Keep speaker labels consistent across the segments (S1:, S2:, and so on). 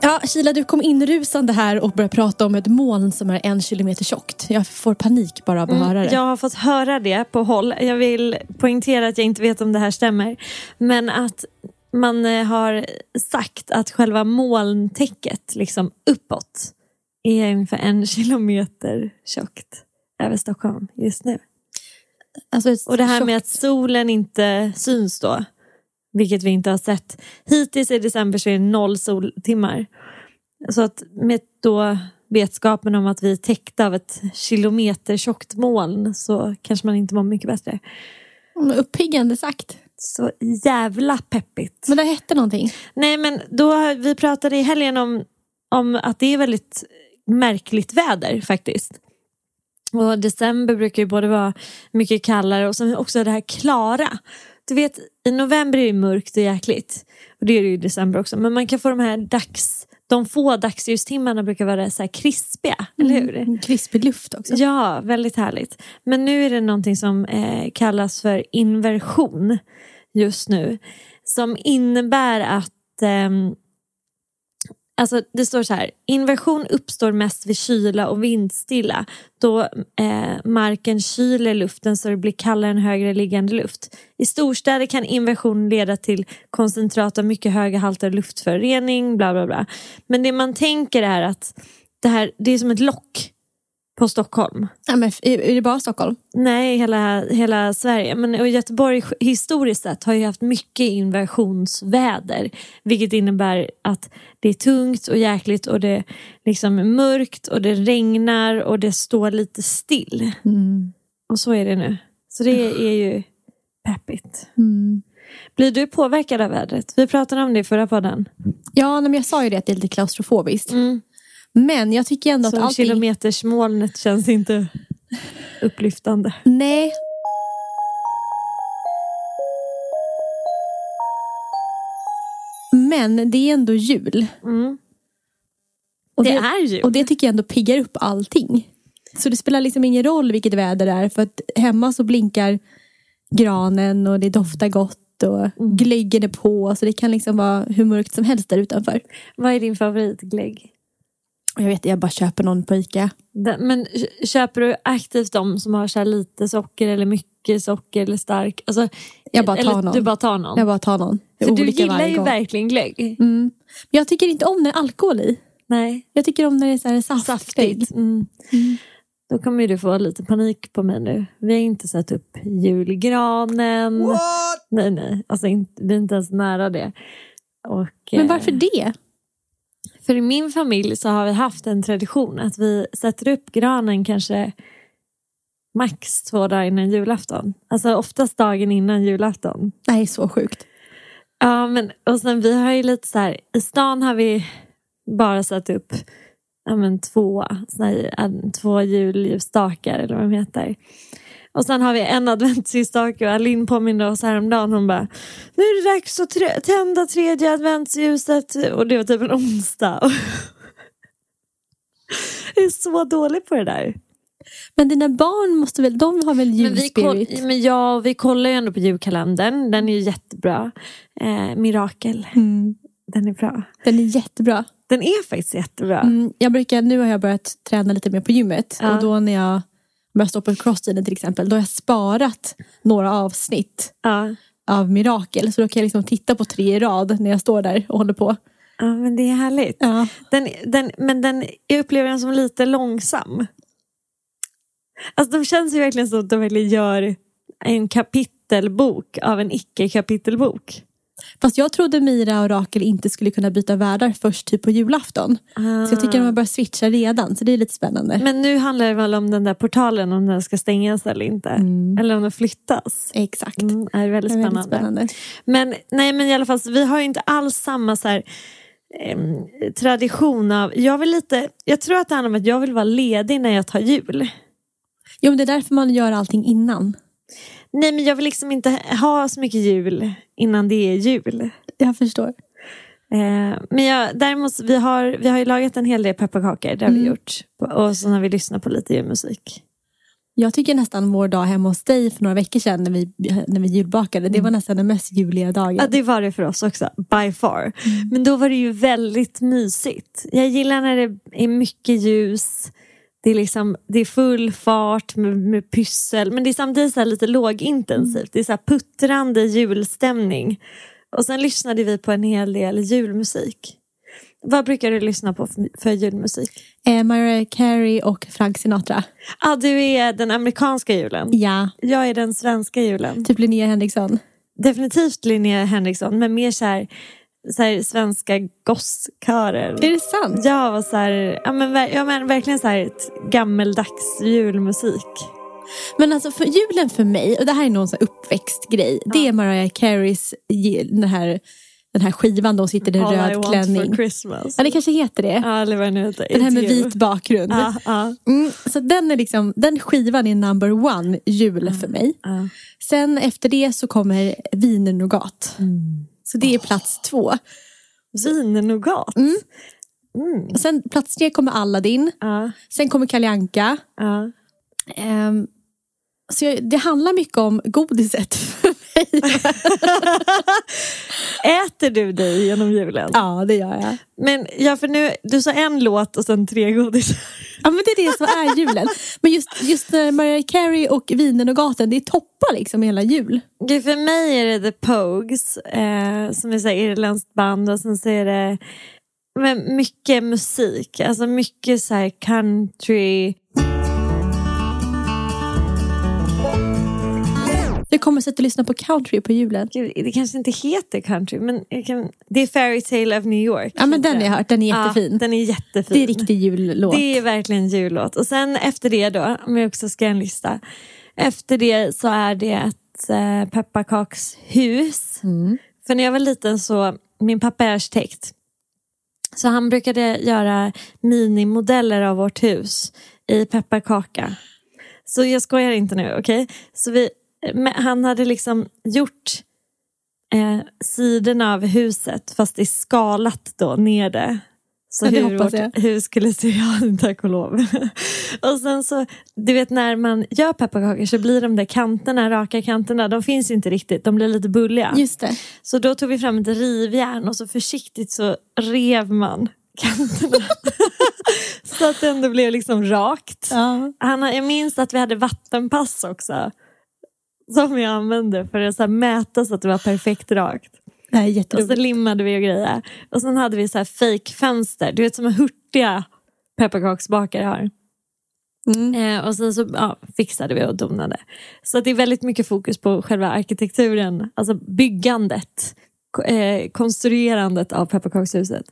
S1: Ja, Kila, du kom inrusande här och började prata om ett moln som är en kilometer tjockt. Jag får panik bara av att höra det.
S2: Mm, Jag har fått höra det på håll. Jag vill poängtera att jag inte vet om det här stämmer. Men att man eh, har sagt att själva molntäcket liksom uppåt är ungefär en kilometer tjockt över Stockholm just nu.
S1: Alltså, ett
S2: Och det här
S1: tjockt-
S2: med att solen inte syns då, vilket vi inte har sett. Hittills i december så är det noll soltimmar. Så att med då vetskapen om att vi är täckta av ett kilometer tjockt moln så kanske man inte mår mycket bättre.
S1: Mm, Uppiggande sagt.
S2: Så jävla peppigt.
S1: Men det hette någonting.
S2: Nej men då, har- vi pratade i helgen om, om att det är väldigt märkligt väder faktiskt. Och december brukar ju både vara mycket kallare och sen också det här klara. Du vet, i november är det mörkt och jäkligt. Och det är det ju i december också. Men man kan få de här dags... De få dagsljustimmarna brukar vara så här krispiga, eller hur?
S1: Mm, Krispig luft också.
S2: Ja, väldigt härligt. Men nu är det någonting som eh, kallas för inversion just nu. Som innebär att... ehm, alltså det står så här. Inversion uppstår mest vid kyla och vindstilla. Då eh, marken kyler luften så det blir kallare än högre liggande luft. I storstäder kan inversion leda till koncentrat av mycket höga halter av luftförorening. Bla, bla, bla. Men det man tänker är att det, här, det är som ett lock på Stockholm.
S1: Ja, men, f- är är det bara Stockholm?
S2: Nej, hela, hela Sverige. Men och Göteborg historiskt sett har ju haft mycket inversionsväder. Vilket innebär att det är tungt och jäkligt och det liksom är mörkt och det regnar och det står lite still. Och så är det nu. Så det är ju peppigt. Blir du påverkad av vädret? Vi pratade om det i förra podden.
S1: Ja, nej, men jag sa ju det att det är lite klaustrofobiskt.
S2: Mm.
S1: Men jag tycker ändå
S2: Så
S1: att allting...
S2: kilometersmolnet känns inte upplyftande.
S1: Nej. Men det är ändå jul.
S2: Mm.
S1: Och
S2: Det är jul.
S1: Och det tycker jag ändå piggar upp allting. Så det spelar liksom ingen roll vilket väder det är. För att hemma så blinkar granen och det doftar gott.
S2: Mm.
S1: Och glöggen är på. Så det kan liksom vara hur mörkt som helst där utanför.
S2: Vad är din favoritglögg?
S1: Och jag vet, jag bara köper någon på Ica.
S2: Den- Men kö- köper du aktivt de som har så här lite socker eller mycket socker eller stark? Alltså,
S1: Jag bara tar
S2: eller,
S1: någon.
S2: Du bara tar någon.
S1: Jag bara tar någon. Det är
S2: För du
S1: olika
S2: gillar
S1: varje
S2: ju
S1: gång.
S2: verkligen glögg.
S1: Mm. Men jag tycker inte om när det är alkohol i.
S2: Nej,
S1: Jag tycker om när det är så här saftigt.
S2: saftigt. Mm. Då kommer ju du få lite panik på mig nu. Vi har inte satt upp julgranen. Nej, nej. Alltså, inte, vi är inte ens nära det. Och,
S1: Men
S2: eh,
S1: varför det?
S2: För i min familj så har vi haft en tradition att vi sätter upp granen kanske max två dagar innan julafton. Alltså oftast dagen innan julafton.
S1: Det här är så sjukt.
S2: Ja, men och sen vi har ju lite så här, i stan har vi bara satt upp ja, men två, så här, en- två julljusstakar eller vad de heter. Och sen har vi en adventsljusstake och Alin påminde oss häromdagen. Hon bara, nu är det dags att tre- tända tredje adventsljuset. Och det var typ en onsdag. Jag är så dålig på det där.
S1: Men dina barn måste väl, de har väl
S2: Men, vi koll,
S1: julspirit?
S2: men ja, vi kollar ju ändå på julkalendern. Den är ju jättebra. Eh, Mirakel.
S1: Mm.
S2: Den är bra.
S1: Den är jättebra.
S2: Den är faktiskt jättebra.
S1: Mm, jag brukar, nu har jag börjat träna lite mer på gymmet.
S2: Ja.
S1: Och då när jag börjar stå på crosstrainen till exempel, då har jag sparat några avsnitt
S2: Ja.
S1: av Mirakel. Så då kan jag liksom titta på tre i rad när jag står där och håller på.
S2: ja, men det är härligt.
S1: Ja.
S2: Den, den, men den, jag upplever den som lite långsam. Alltså de känns ju verkligen som att de verkligen gör en kapitelbok av en icke-kapitelbok.
S1: Fast jag trodde Mira och Rakel inte skulle kunna byta världar först typ på julafton.
S2: Ah.
S1: Så jag tycker de har börjat switcha redan, så det är lite spännande.
S2: Men nu handlar det väl om den där portalen, om den ska stängas eller inte. Eller om den flyttas.
S1: Mm. Exakt.
S2: Mm, det är väldigt
S1: Det är
S2: spännande.
S1: väldigt spännande.
S2: Men, nej, men i alla fall, så vi har ju inte alls samma så här, ehm, tradition av... Jag, vill lite, jag tror att det handlar om att jag vill vara ledig när jag tar jul.
S1: Jo, men det är därför man gör allting innan.
S2: Nej, men jag vill liksom inte ha så mycket jul innan det är jul.
S1: Jag förstår.
S2: Eh, men jag, däremot, så vi har, vi har ju lagat en hel del pepparkakor, det har vi gjort. Och så har vi lyssnat på lite julmusik.
S1: Jag tycker nästan vår dag hemma hos dig för några veckor sedan när vi, när vi julbakade, det var nästan den mest juliga dagen.
S2: Mm. Ja, det var det för oss också, by far. Men då var det ju väldigt mysigt. Jag gillar när det är mycket ljus, det är, liksom, det är full fart med, med pyssel, men det är samtidigt så här lite lågintensivt. Det är så här puttrande julstämning. Och sen lyssnade vi på en hel del julmusik. Vad brukar du lyssna på för, för julmusik?
S1: Eh, Mariah Carey och Frank Sinatra.
S2: Ah, du är den amerikanska julen.
S1: Ja.
S2: Jag är den svenska julen.
S1: Typ Linnea Henriksson.
S2: Definitivt Linnea Henriksson, men mer så här, så här svenska gosskörer.
S1: Är det sant?
S2: Jag var så här, ja men, ver- ja, men verkligen så här ett gammeldags julmusik.
S1: Men alltså för julen för mig, och det här är någon sån här uppväxtgrej, det är Mariah Careys ge- den här, den här skivan där hon sitter i en
S2: All I
S1: röd
S2: want
S1: klänning.
S2: for Christmas.
S1: Ja, det kanske heter det.
S2: Ja, eller vad det nu heter.
S1: Den här
S2: It's
S1: med
S2: you.
S1: vit bakgrund.
S2: Ja, ja.
S1: Mm, så den, är liksom, den skivan är number one jul för mig.
S2: Mm, ja.
S1: Sen efter det så kommer vinernougat.
S2: Mm.
S1: Så det är plats två.
S2: Vinernougat.
S1: Mm. Och sen plats tre kommer Aladdin.
S2: Ja,
S1: Sen kommer Kalle Anka.
S2: ja.
S1: Ehm, så jag, det handlar mycket om godiset för mig.
S2: Äter du dig genom julen?
S1: ja, det gör jag.
S2: Men ja, för nu, du sa en låt och sen tre godisar.
S1: Ja, men det är det som är julen. Men just, just när Mariah Carey och vinernougaten, det toppar liksom hela jul.
S2: Gud, för mig är det The Pogues eh, som är så här irländskt band och sen så är det men mycket musik, alltså mycket så här country.
S1: Jag kommer sätta och lyssna på country på julen.
S2: Gud, det kanske inte heter country men jag kan, det är Fairy Tale of New York.
S1: Ja, men den har jag hört. Den är jättefin.
S2: Ja, den är jättefin.
S1: Det är riktig jullåt.
S2: Det är verkligen jullåt. Och sen efter det då, om jag också ska göra en lista. Efter det så är det ett eh, pepparkakshus.
S1: Mm.
S2: För när jag var liten så, min pappa är arkitekt. Så han brukade göra minimodeller av vårt hus i pepparkaka. Så jag skojar inte nu, okej? Så vi, men han hade liksom gjort eh, sidorna av huset fast i skalat då ner det. Så
S1: Ja, det
S2: hur
S1: hoppas
S2: vårt
S1: jag.
S2: hus skulle se ut, tack och lov. och sen så, du vet när man gör pepparkakor så blir de där kanterna, raka kanterna, de finns ju inte riktigt, de blir lite bulliga.
S1: Just det.
S2: Så då tog vi fram ett rivjärn och så försiktigt så rev man kanterna. så att det ändå blev liksom rakt.
S1: Ja.
S2: Han, har- jag minns att vi hade vattenpass också. Som jag använde för att så här mäta så att det var perfekt rakt.
S1: Det här är
S2: Och så
S1: jätteroligt.
S2: limmade vi och grejer. Och sen hade vi så här fejkfönster. Du vet som hurtiga pepparkaksbakare har.
S1: Mm.
S2: Eh, och sen så ja, fixade vi och donade. Så att det är väldigt mycket fokus på själva arkitekturen. Alltså byggandet. ko- Eh, konstruerandet av pepparkakshuset.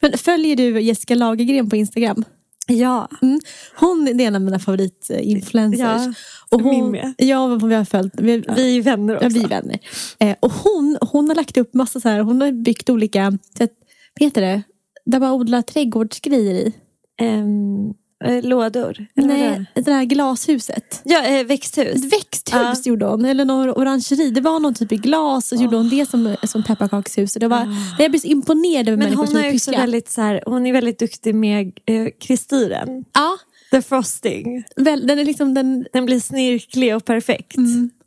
S1: Men följer du Jessica Lagergren på Instagram?
S2: Ja.
S1: Mm. Hon är en av mina favoritinfluencers.
S2: Ja,
S1: och hon,
S2: min med.
S1: Ja, men vi har följt. Vi, vi,
S2: Vi är vänner också.
S1: ja, vi är vänner. Eh, och hon, hon har lagt upp massa så här, hon har byggt olika, så att, vad heter det, där man odlar trädgårdsgrejer i.
S2: Ehm, eh, lådor? Eller
S1: Nej,
S2: vadå?
S1: det här glashuset.
S2: Ja, eh, växthus.
S1: Ett växthus gjorde hon, eller någon orangeri. Det var någon typ i glas och gjorde hon det som, som pepparkakshus. Och det var, nej, Jag blir så imponerad över
S2: Ah.
S1: människor
S2: Men hon
S1: som
S2: är,
S1: är
S2: också
S1: pyssliga.
S2: väldigt, så här, hon är väldigt duktig med eh, kristyren.
S1: Ja,
S2: The frosting.
S1: väl, den är liksom den...
S2: Den blir snirklig och perfekt.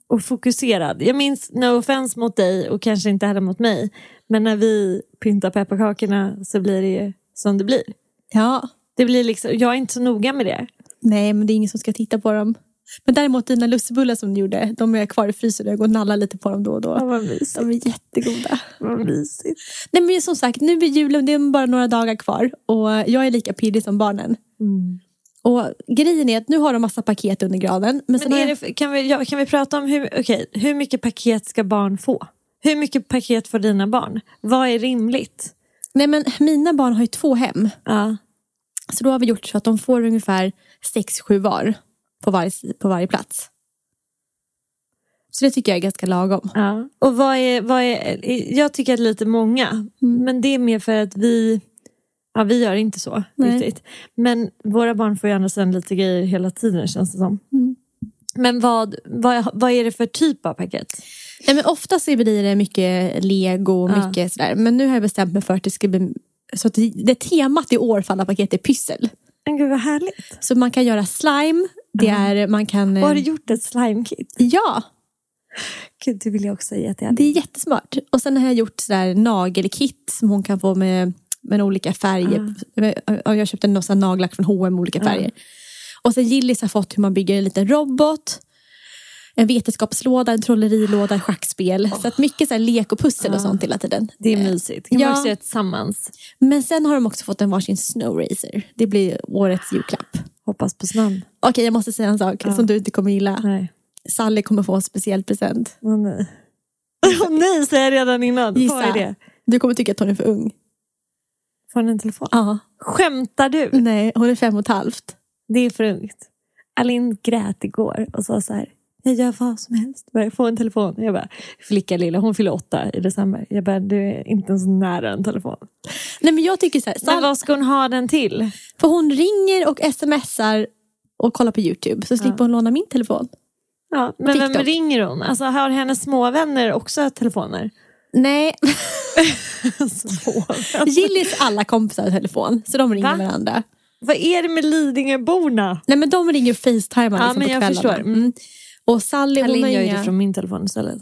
S2: Och fokuserad. Jag minns, no offense mot dig och kanske inte heller mot mig. Men när vi pyntar pepparkakorna så blir det ju som det blir.
S1: Ja,
S2: Det blir liksom, jag är inte så noga med det.
S1: nej men det är ingen som ska titta på dem. Men däremot dina lussebullar som du gjorde, de är kvar i frysen och jag går och nallar lite på dem då och då.
S2: Ja, vad mysigt.
S1: De är jättegoda.
S2: Vad mysigt.
S1: Nej men som sagt, nu är julen, det är bara några dagar kvar och jag är lika pirrig som barnen.
S2: Mm.
S1: Och grejen är att nu har de massa paket under granen. Men, sen
S2: Men
S1: har
S2: är
S1: jag-
S2: det, kan, vi, ja, kan vi prata om hur, okay, hur mycket paket ska barn få? Hur mycket paket får dina barn? Vad är rimligt?
S1: Nej men mina barn har ju två hem.
S2: Ja.
S1: Så då har vi gjort så att de får ungefär 6-7 var på varje, på varje plats. Så det tycker jag är ganska lagom.
S2: Ja. Och vad är, vad är, jag tycker att lite många, men det är mer för att vi, ja, vi gör inte så
S1: Nej.
S2: riktigt. Men våra barn får ju andra sidan lite grejer hela tiden känns det som. Men vad, vad, vad är det för typ av paket?
S1: Nej, men oftast så blir det mycket lego och
S2: Ja.
S1: mycket sådär. Men nu har jag bestämt mig för att det ska bli... Så att det, det temat i år för alla paket är pyssel.
S2: Men gud vad härligt.
S1: Så man kan göra slime. Det är, man kan... eh,
S2: Och har du gjort ett slimekit?
S1: Ja,
S2: Gud, det vill jag också jättegärna.
S1: det är jättesmart. Och sen har jag gjort sådär nagelkit som hon kan få med, med olika färger.
S2: Ah.
S1: Ja, Jag köpte en sån nagellack från H&M med olika färger. Och sen Gillis har fått hur man bygger en liten robot. En vetenskapslåda, en trollerilåda, ett schackspel. Så att mycket så här lek och pussel
S2: Ah.
S1: och sånt hela tiden.
S2: Det är mysigt. Kan man
S1: ja.
S2: också göra tillsammans?
S1: Men sen har de också fått en varsin snow racer. Det blir årets julklapp.
S2: Hoppas på snön.
S1: Okej, jag måste säga en sak som du inte kommer gilla.
S2: Ah. Nej.
S1: Sally kommer få en speciell present.
S2: Åh nej. Åh nej, säger jag redan innan. Vad är det?
S1: Du kommer tycka att hon är för ung.
S2: Får han en telefon?
S1: Ja.
S2: Skämtar du?
S1: Nej, hon är fem och ett halvt.
S2: Det är för ungt. Alin grät igår och sa så här. Jag gör vad som helst bara jag får en telefon. Jag bara, flicka lilla, hon fyller åtta i december. Jag bara, du är inte ens nära en telefon.
S1: Nej men jag tycker så här,
S2: Men
S1: Sal-
S2: vad ska hon ha den till?
S1: för hon ringer och smsar och kollar på YouTube så slipper hon låna min telefon.
S2: Ja, men vem
S1: TikTok.
S2: ringer hon? Alltså, har hennes småvänner också telefoner?
S1: Nej,
S2: Småvänner.
S1: Gillis alla kompisar har telefon så de ringer
S2: Va?
S1: varandra.
S2: Vad är det med Lidingöborna?
S1: Nej men de ringer och facetimar
S2: Ja,
S1: liksom
S2: men
S1: på
S2: jag
S1: kvällarna.
S2: förstår.
S1: Mm. Och Sally, hon
S2: Alin
S1: har
S2: gör ju
S1: inga,
S2: det från min telefon istället.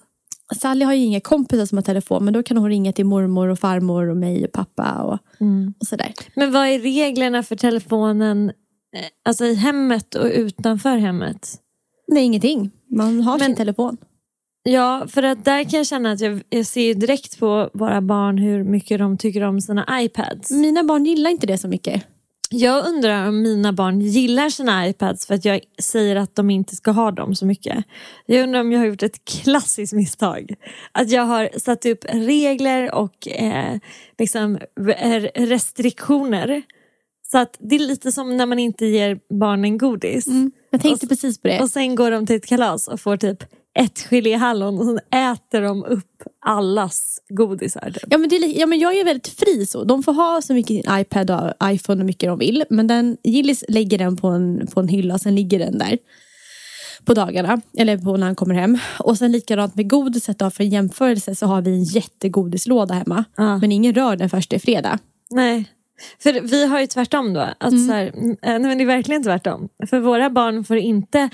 S1: Sally har ju inga kompisar som har telefon men då kan hon ringa till mormor och farmor och mig och pappa och,
S2: Mm.
S1: och sådär.
S2: Men vad är reglerna för telefonen eh, alltså i hemmet och utanför hemmet?
S1: Nej ingenting, man har sin telefon.
S2: Ja, för att där kan jag känna att jag, jag ser ju direkt på våra barn hur mycket de tycker om sina iPads.
S1: Mina barn gillar inte det så mycket.
S2: Jag undrar om mina barn gillar sina iPads för att jag säger att de inte ska ha dem så mycket. Jag undrar om jag har gjort ett klassiskt misstag. Att jag har satt upp regler och eh, liksom re- restriktioner. Så att det är lite som när man inte ger barnen godis.
S1: Jag tänkte precis på det.
S2: Och sen går de till ett kalas och får typ ett geléhallon och sen äter de upp allas godisar. Typ.
S1: Ja men, det är, li- ja men jag är väldigt fri så. De får ha så mycket iPad och iPhone och mycket de vill. Men den, Gillis lägger den på en, på en hylla och sen ligger den där. På dagarna, eller på när han kommer hem. Och sen likadant med godiset då, för en jämförelse så har vi en jättegodislåda hemma. Men ingen rör den först i fredag.
S2: Nej. För vi har ju tvärtom då. Att så här, mm, eh, nej men det är verkligen tvärtom. För våra barn får inte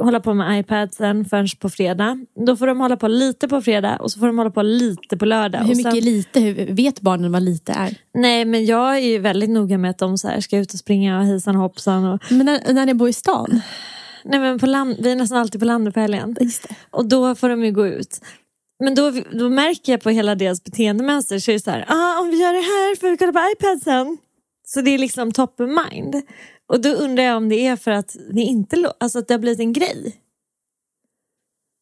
S2: hålla på med iPadsen förrän på fredag. Då får de hålla på lite på fredag och så får de hålla på lite på lördag.
S1: Hur
S2: och sen,
S1: mycket lite, hur vet barnen vad lite är?
S2: Nej men jag är ju väldigt noga med att de så här ska ut och springa och hejsan och hoppsan. Och,
S1: Men när, när ni bor i stan?
S2: nej men på land, vi är nästan alltid på landet på helgen.
S1: Just det.
S2: Och då får de ju gå ut. Men då, då märker jag på hela deras beteendemönster så är det så här, ah, om vi gör det här får vi kolla på iPadsen. Så det är liksom top of mind. Och då undrar jag om det är för att, vi inte, lå- alltså att det har blivit en grej.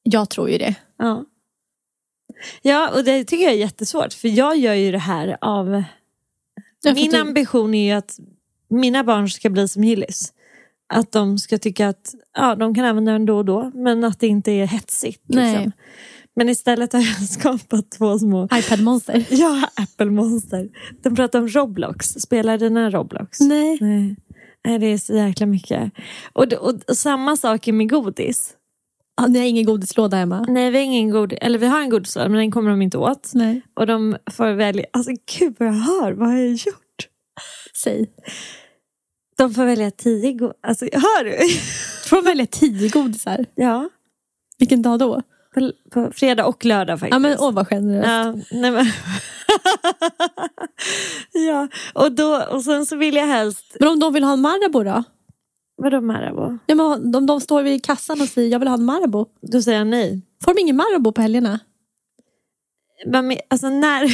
S1: Jag tror ju det.
S2: Ja. ja, och det tycker jag är jättesvårt för jag gör ju det här av...
S1: Ja, för
S2: Min
S1: att du-
S2: ambition är ju att mina barn ska bli som Gillis. Att de ska tycka att ja, de kan använda den då och då, men att det inte är hetsigt.
S1: Nej.
S2: Liksom. Men istället har jag skapat två små
S1: iPad-monster.
S2: ja, Apple-monster. De pratar om Roblox. Spelar dina Roblox?
S1: Nej.
S2: Nej. Nej, det är så jäkla mycket. Och, det- och, och samma sak är med godis.
S1: Ja, ni har ingen godislåda hemma?
S2: Nej, vi har ingen god, eller vi har en godislåda, men den kommer de inte åt.
S1: Nej.
S2: Och de får välja, alltså gud vad jag hör, vad har jag gjort?
S1: Säg.
S2: De får välja tio go- alltså hör du?
S1: Får man välja tio godisar?
S2: ja,
S1: Vilken dag då?
S2: på, på fredag och lördag faktiskt.
S1: Ja, men åh vad generöst.
S2: Ja, nej men. ja, och, då, och sen så vill jag helst,
S1: Men om de vill ha en Marabou då?
S2: vadå Marabou?
S1: Ja, men om de står vid kassan och säger jag vill ha en Marabou.
S2: Då säger jag nej.
S1: Får de ingen Marabou på helgerna?
S2: Men, men, alltså när,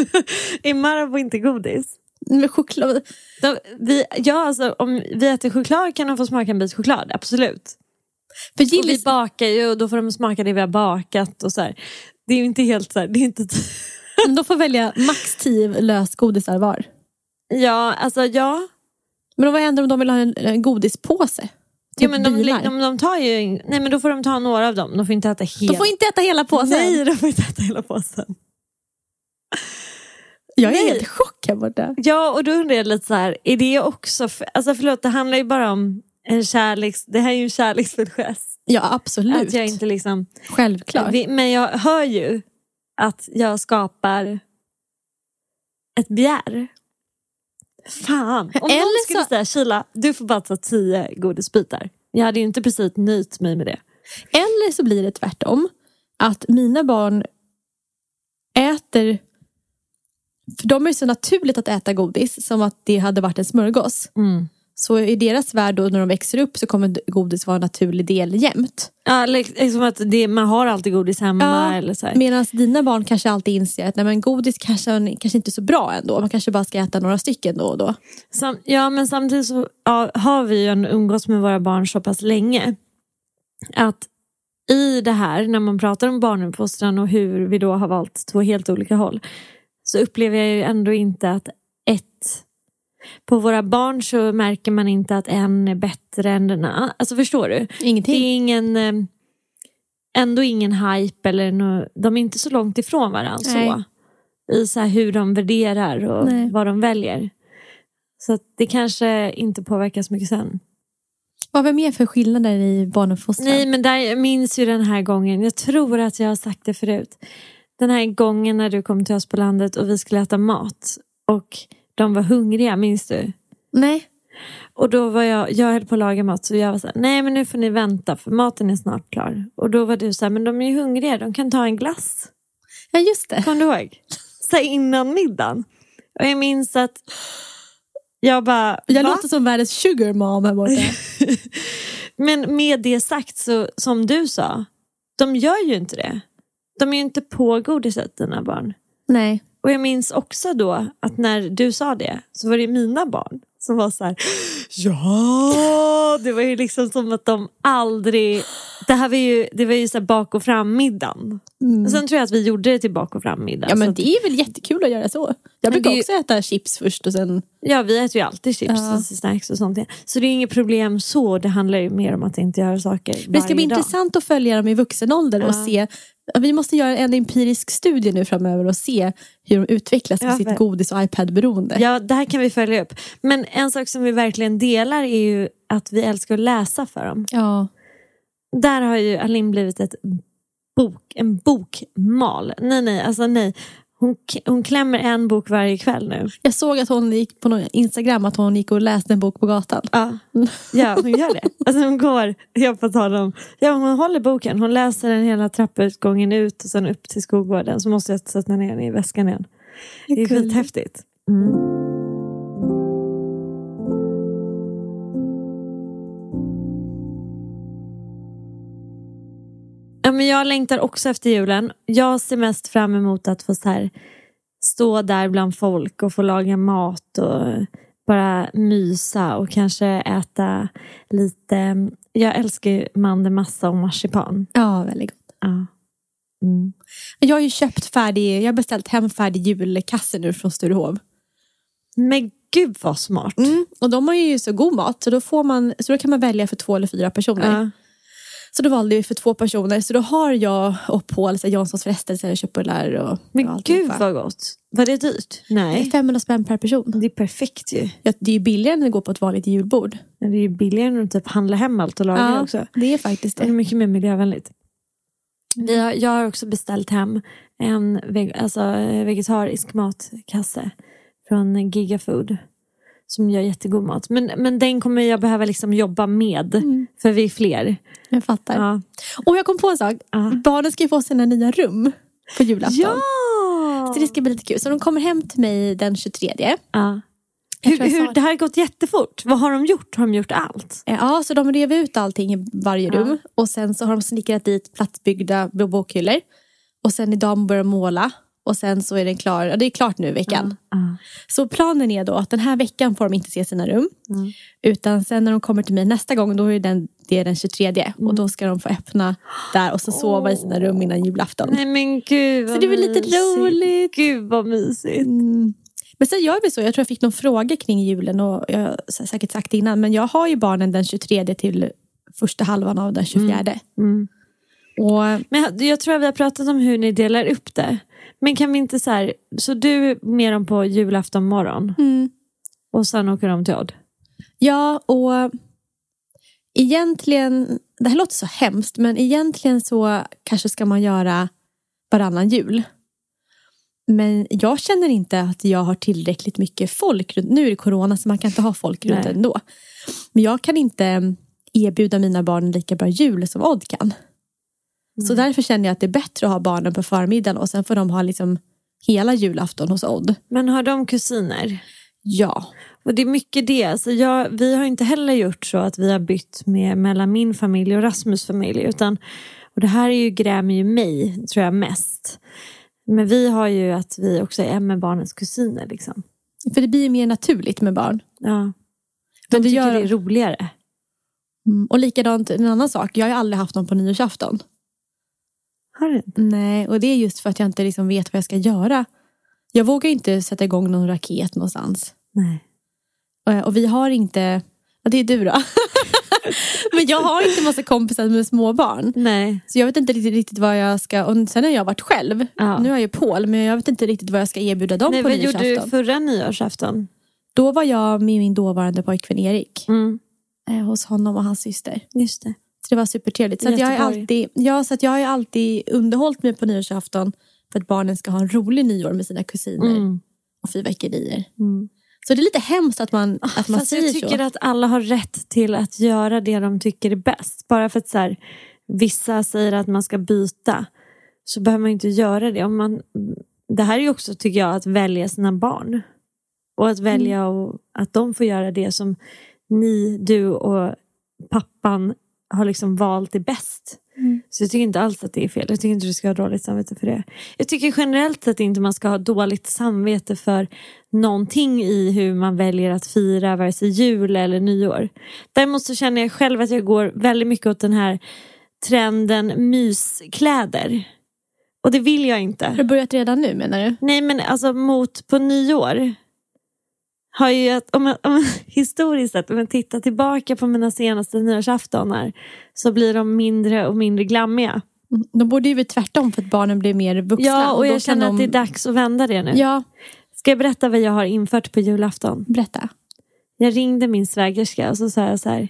S2: är Marabou inte godis?
S1: Med choklad?
S2: De, vi, ja, alltså, om vi äter choklad kan de få smaka en bit choklad, absolut.
S1: För
S2: Och vi
S1: Gillis...
S2: bakar ju och då får de smaka det vi har bakat och så här. Det är ju inte helt så här, det är inte...
S1: Men de får välja max tio lösgodisar var.
S2: Ja, alltså ja.
S1: Men vad händer om de vill ha en, en godispåse? Typ
S2: ja men de,
S1: bilar.
S2: de, de tar ju... ing- Nej men då får de ta några av dem, de får inte äta hela.
S1: de får inte äta hela påsen.
S2: Nej, de får inte äta hela påsen.
S1: jag är
S2: nej.
S1: helt i chock här borta.
S2: Ja, och då undrar jag lite så här, är det också... För, alltså förlåt, det handlar ju bara om en kärleks... Det här är ju en kärleksfull gest.
S1: Ja, absolut.
S2: Att jag inte liksom...
S1: Självklart.
S2: Vi- Men jag hör ju att jag skapar ett begär. Fan, om någon
S1: Eller
S2: skulle
S1: så-
S2: säga Kila, du får bara ta tio godisbitar. Jag hade ju inte precis nöjt mig med det.
S1: Eller så blir det tvärtom. Att mina barn äter... För de är så naturligt att äta godis som att det hade varit en smörgås.
S2: Mm.
S1: Så i deras värld då, när de växer upp så kommer godis vara en naturlig del jämt.
S2: Ja, li- liksom att det, man har alltid godis hemma Mm, eller så här.
S1: Medan dina barn kanske alltid inser att nej, men godis kanske, kanske inte är så bra ändå. Man kanske bara ska äta några stycken då och då.
S2: Sam, ja, men samtidigt så ja, har vi ju en umgås med våra barn så pass länge att i det här, när man pratar om barnuppfostran och hur vi då har valt två helt olika håll så upplever jag ju ändå inte att ett på våra barn så märker man inte att en är bättre än den andra. Alltså förstår du? Det
S1: Ingenting.
S2: är ingen eh, ändå ingen hype eller nå- de är inte så långt ifrån varandra så,
S1: Nej.
S2: i så här hur de värderar och
S1: Nej.
S2: vad de väljer. Så att det kanske inte påverkar så mycket sen.
S1: Vad har vi mer för skillnader i barnuppfostran?
S2: Nej, men där, jag minns ju den här gången, jag tror att jag har sagt det förut. Den här gången när du kom till oss på landet och vi skulle äta mat och de var hungriga, minns du?
S1: Nej.
S2: Och då var jag, jag höll på att laga mat så jag var så här, nej men nu får ni vänta för maten är snart klar. Och då var du så här, men de är ju hungriga, de kan ta en glass.
S1: Ja, just det.
S2: Kommer du ihåg? Så här innan middagen. Och jag minns att jag bara,
S1: Jag
S2: "Va?"
S1: låter som världens sugar mom här borta.
S2: men med det sagt så som du sa, de gör ju inte det. De är ju inte på godiset dina barn.
S1: Nej.
S2: Och jag minns också då att när du sa det så var det mina barn som var så här, ja, det var ju liksom som att de aldrig, det här var ju, det var ju så här bak och fram middagen. Och sen tror jag att vi gjorde det till bak och fram middag.
S1: Mm. Ja,
S2: Så
S1: men
S2: att-
S1: det är väl jättekul att göra så. Jag
S2: Men
S1: brukar
S2: det är ju-
S1: också äta chips först och sen...
S2: Ja, vi äter ju alltid chips
S1: Ja.
S2: och snacks och sånt. Så det är inget problem så. Det handlar ju mer om att inte göra saker varje
S1: Men det ska bli
S2: dag.
S1: intressant att följa dem i vuxen ålder och
S2: Ja.
S1: se. Vi måste göra en empirisk studie nu framöver och se hur de utvecklas med
S2: Ja,
S1: sitt
S2: ver-
S1: godis och iPad-beroende.
S2: Ja, det här kan vi följa upp. Men en sak som vi verkligen delar är ju att vi älskar att läsa för dem.
S1: ja.
S2: Där har ju Alim blivit ett bok, en bokmal. Nej, nej, alltså nej. Hon, k- hon klämmer en bok varje kväll nu.
S1: Jag såg att hon gick på någon Instagram att hon gick och läste en bok på gatan. Mm.
S2: Ja, ja hon gör det. Alltså hon går, jag får tala om, ja, hon håller boken, hon läser den hela trapputgången ut och sen upp till skolgården. Så måste jag sätta ner den i väskan igen. Det är Mm.
S1: gulligt.
S2: skithäftigt. Ja, men jag längtar också efter julen. Jag ser mest fram emot att få så här, stå där bland folk och få laga mat och bara mysa och kanske äta lite. Jag älskar ju mandelmassa och marsipan.
S1: Ja, väldigt gott.
S2: Ja. Mm.
S1: Jag har ju köpt färdig, jag har beställt hem färdig julkasse nu från Sturehov.
S2: Men gud vad smart.
S1: Mm. Och de har ju så god mat så då, får man, så då kan man välja för två eller fyra personer.
S2: Ja.
S1: Så då valde vi för två personer. Så då har jag och Paul så här, Janssons frestelser och köttbullar och
S2: Men
S1: och alltihopa.
S2: gud vad gott. Var det dyrt?
S1: Det är
S2: Nej.
S1: 500 spänn per person.
S2: Det är perfekt ju.
S1: Ja, Det är ju billigare än att gå på ett vanligt julbord.
S2: Men Det är ju billigare än att typ handla hem allt och laga också. Mm.
S1: det är faktiskt
S2: Det är
S1: det.
S2: mycket mer miljövänligt. Vi har, jag har också beställt hem en veg, alltså, eh, vegetarisk matkasse från Gigafood. Som gör jättegod mat. Men, men den kommer jag behöva liksom jobba med. För vi är fler.
S1: Jag fattar.
S2: Ja.
S1: Och jag kom på en sak.
S2: Ja.
S1: Barnen ska ju få sina nya rum på julafton.
S2: ja!
S1: Så det ska bli lite kul. Så de kommer hem till mig den 23. Eh,
S2: ja.
S1: Jag
S2: Hur,
S1: tror jag sa
S2: hur,
S1: det.
S2: det här har gått jättefort. Vad har de gjort? Har de gjort allt?
S1: Eh, Ja, så de rev ut allting i varje
S2: Ja.
S1: rum. Och sen så har de snickrat dit plattbyggda bokhyllor. Och sen idag börjar de måla. Och sen så är den klar. Ja, det är klart nu i veckan.
S2: Ja.
S1: Så planen är då att den här veckan får de inte se sina rum.
S2: Mm.
S1: Utan sen när de kommer till mig nästa gång, då är den, det är den 23.
S2: Mm.
S1: Och då ska de få öppna där och så sova i sina rum innan julafton.
S2: Nej men gud
S1: Så
S2: vad
S1: det är väl lite
S2: mysigt.
S1: roligt.
S2: Gud vad mysigt.
S1: Mm. Men sen gör vi så, jag tror jag fick någon fråga kring julen och jag har sä- säkert sagt det innan. Men jag har ju barnen den 23 till första halvan av den 24.
S2: Mm.
S1: Och,
S2: Men jag, jag tror att vi har pratat om hur ni delar upp det. Men kan vi inte så här, så du är med dem på julafton morgon
S1: mm,
S2: och sen åker de till Odd?
S1: ja, och egentligen, det här låter så hemskt, men egentligen så kanske ska man göra varannan jul. Men jag känner inte att jag har tillräckligt mycket folk. runt- Nu är det corona så man kan inte ha folk runt
S2: Nej.
S1: ändå. Men jag kan inte mm, erbjuda mina barn lika bra jul som Odd kan. Så
S2: Mm.
S1: därför känner jag att det är bättre att ha barnen på förmiddagen och sen får de ha liksom hela julafton hos Odd.
S2: Men har de kusiner?
S1: Ja.
S2: Och det är mycket det. Alltså jag, vi har inte heller gjort så att vi har bytt med, mellan min familj och Rasmus familj. Utan, och det här är ju, grämer ju mig, tror jag, mest. Men vi har ju att vi också är med barnens kusiner. Liksom.
S1: För det blir mer naturligt med barn.
S2: Ja. De
S1: Men det
S2: tycker
S1: gör-
S2: det är roligare.
S1: Mm. Och likadant, en annan sak. Jag har ju aldrig haft någon på nyårsafton.
S2: Har du?
S1: Nej, och det är just för att jag inte liksom vet vad jag ska göra. Jag vågar inte sätta igång någon raket någonstans.
S2: Nej.
S1: Eh, Och vi har inte... Ja, det är du då. Men jag har inte massa kompisar med små barn.
S2: Nej.
S1: Så jag vet inte riktigt, riktigt vad jag ska... Och sen har jag varit själv.
S2: Ja.
S1: Nu har jag ju Paul, men jag vet inte riktigt vad jag ska erbjuda dem
S2: Nej,
S1: på
S2: vad gjorde
S1: nyårsafton.
S2: du förra nyårsafton?
S1: Då var jag med min dåvarande pojkvän Erik.
S2: Mm.
S1: Eh, hos honom och hans syster.
S2: Just det.
S1: Så det var supertrevligt. Så, att jag, har
S2: Göteborg.
S1: alltid, ja, så att jag har ju alltid underhållit mig på nyårsafton för att barnen ska ha en rolig nyår med sina kusiner
S2: Mm.
S1: och fyrverkerier.
S2: Mm.
S1: Så det är lite hemskt att man, att man
S2: Fast jag
S1: säger
S2: tycker
S1: så.
S2: att alla har rätt till att göra det de tycker är bäst. Bara för att så här, vissa säger att man ska byta så behöver man inte göra det. Om man, det här är ju också, tycker jag, att välja sina barn. Och att välja
S1: Mm.
S2: och, att de får göra det som ni, du och pappan har liksom valt det bäst. Så jag tycker inte alls att det är fel. Jag tycker inte du ska ha dåligt samvete för det. Jag tycker generellt att inte man ska ha dåligt samvete för någonting i hur man väljer att fira vare sig jul eller nyår. Däremot så känner jag själv att jag går väldigt mycket åt den här trenden myskläder. Och det vill jag inte.
S1: Har du börjat redan nu menar du?
S2: Nej men alltså mot på nyår. Har ju att, om man, om, man- historiskt sett, om man tittar tillbaka på mina senaste nyårsaftonar så blir de mindre och mindre glammiga.
S1: Mm. De borde ju bli tvärtom för att barnen blir mer vuxna.
S2: Ja, och
S1: då
S2: jag
S1: kan
S2: känner
S1: de...
S2: att det är dags att vända det nu.
S1: Ja,
S2: Ska jag berätta vad jag har infört på julafton?
S1: berätta.
S2: Jag ringde min svägerska och så sa jag så här.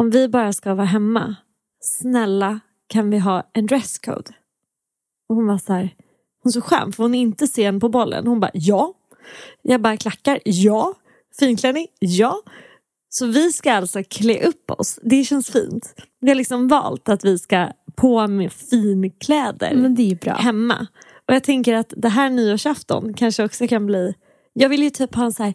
S2: Om vi bara ska vara hemma, snälla kan vi ha en dresscode? Och hon var så här, hon så skön för hon är inte sen på bollen. Hon bara ja. Jag bara klackar, ja. Finklänning, ja. Så vi ska alltså klä upp oss. Det känns fint. Vi har liksom valt att vi ska på med finkläder
S1: Men det är ju bra.
S2: hemma. Och jag tänker att det här nyårsafton kanske också kan bli... Jag vill ju typ ha en så här